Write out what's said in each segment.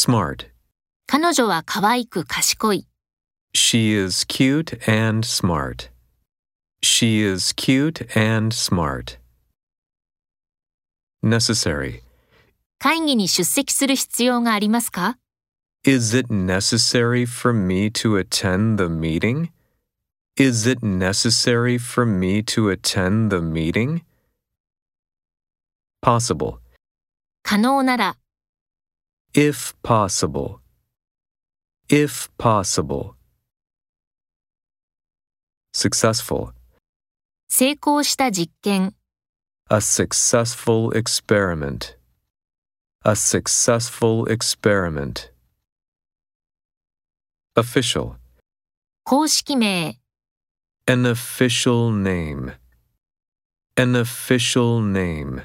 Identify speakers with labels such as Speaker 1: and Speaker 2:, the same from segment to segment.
Speaker 1: smart.
Speaker 2: 彼女は可愛く賢い。
Speaker 1: She is cute and smart. She is cute and smart. Necessary.
Speaker 2: 会議に出席する必要がありますか
Speaker 1: Is it necessary for me to attend the meeting? Is it necessary for me to attend the meeting? Possible.
Speaker 2: 可能なら、
Speaker 1: If possible. If possible. Successful.
Speaker 2: 成功した実験、
Speaker 1: A successful experiment. A successful experiment. Official.
Speaker 2: 公式名、
Speaker 1: An official name. An official name.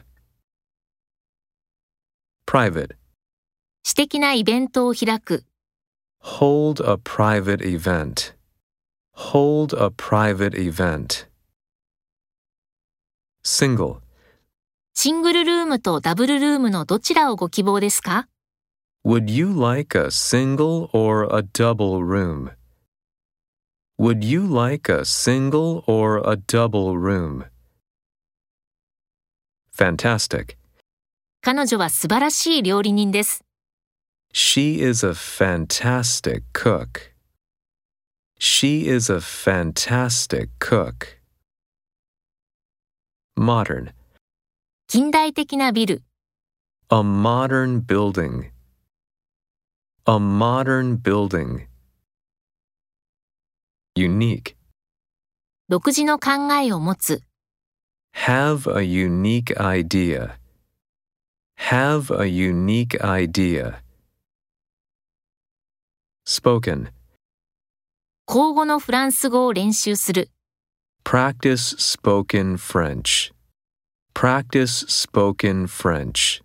Speaker 1: Private.
Speaker 2: 私的なイベントを開く、
Speaker 1: Hold a private event. Hold a private event. Single.
Speaker 2: シングルルームとダブルルームのどちらをご希望ですか
Speaker 1: Would you like a single or a double room? Would you like a single or a double room? Fantastic.
Speaker 2: 彼女は素晴らしい料理人です。
Speaker 1: She is a fantastic cook. She is a fantastic cook. Modern.
Speaker 2: 近代的なビル、
Speaker 1: A modern building. A modern building. Unique.
Speaker 2: 独自の考えを持つ、
Speaker 1: Have a unique idea. Have a unique idea. Spoken.
Speaker 2: 口語のフランス語を練習する、
Speaker 1: Practice spoken French. Practice spoken French.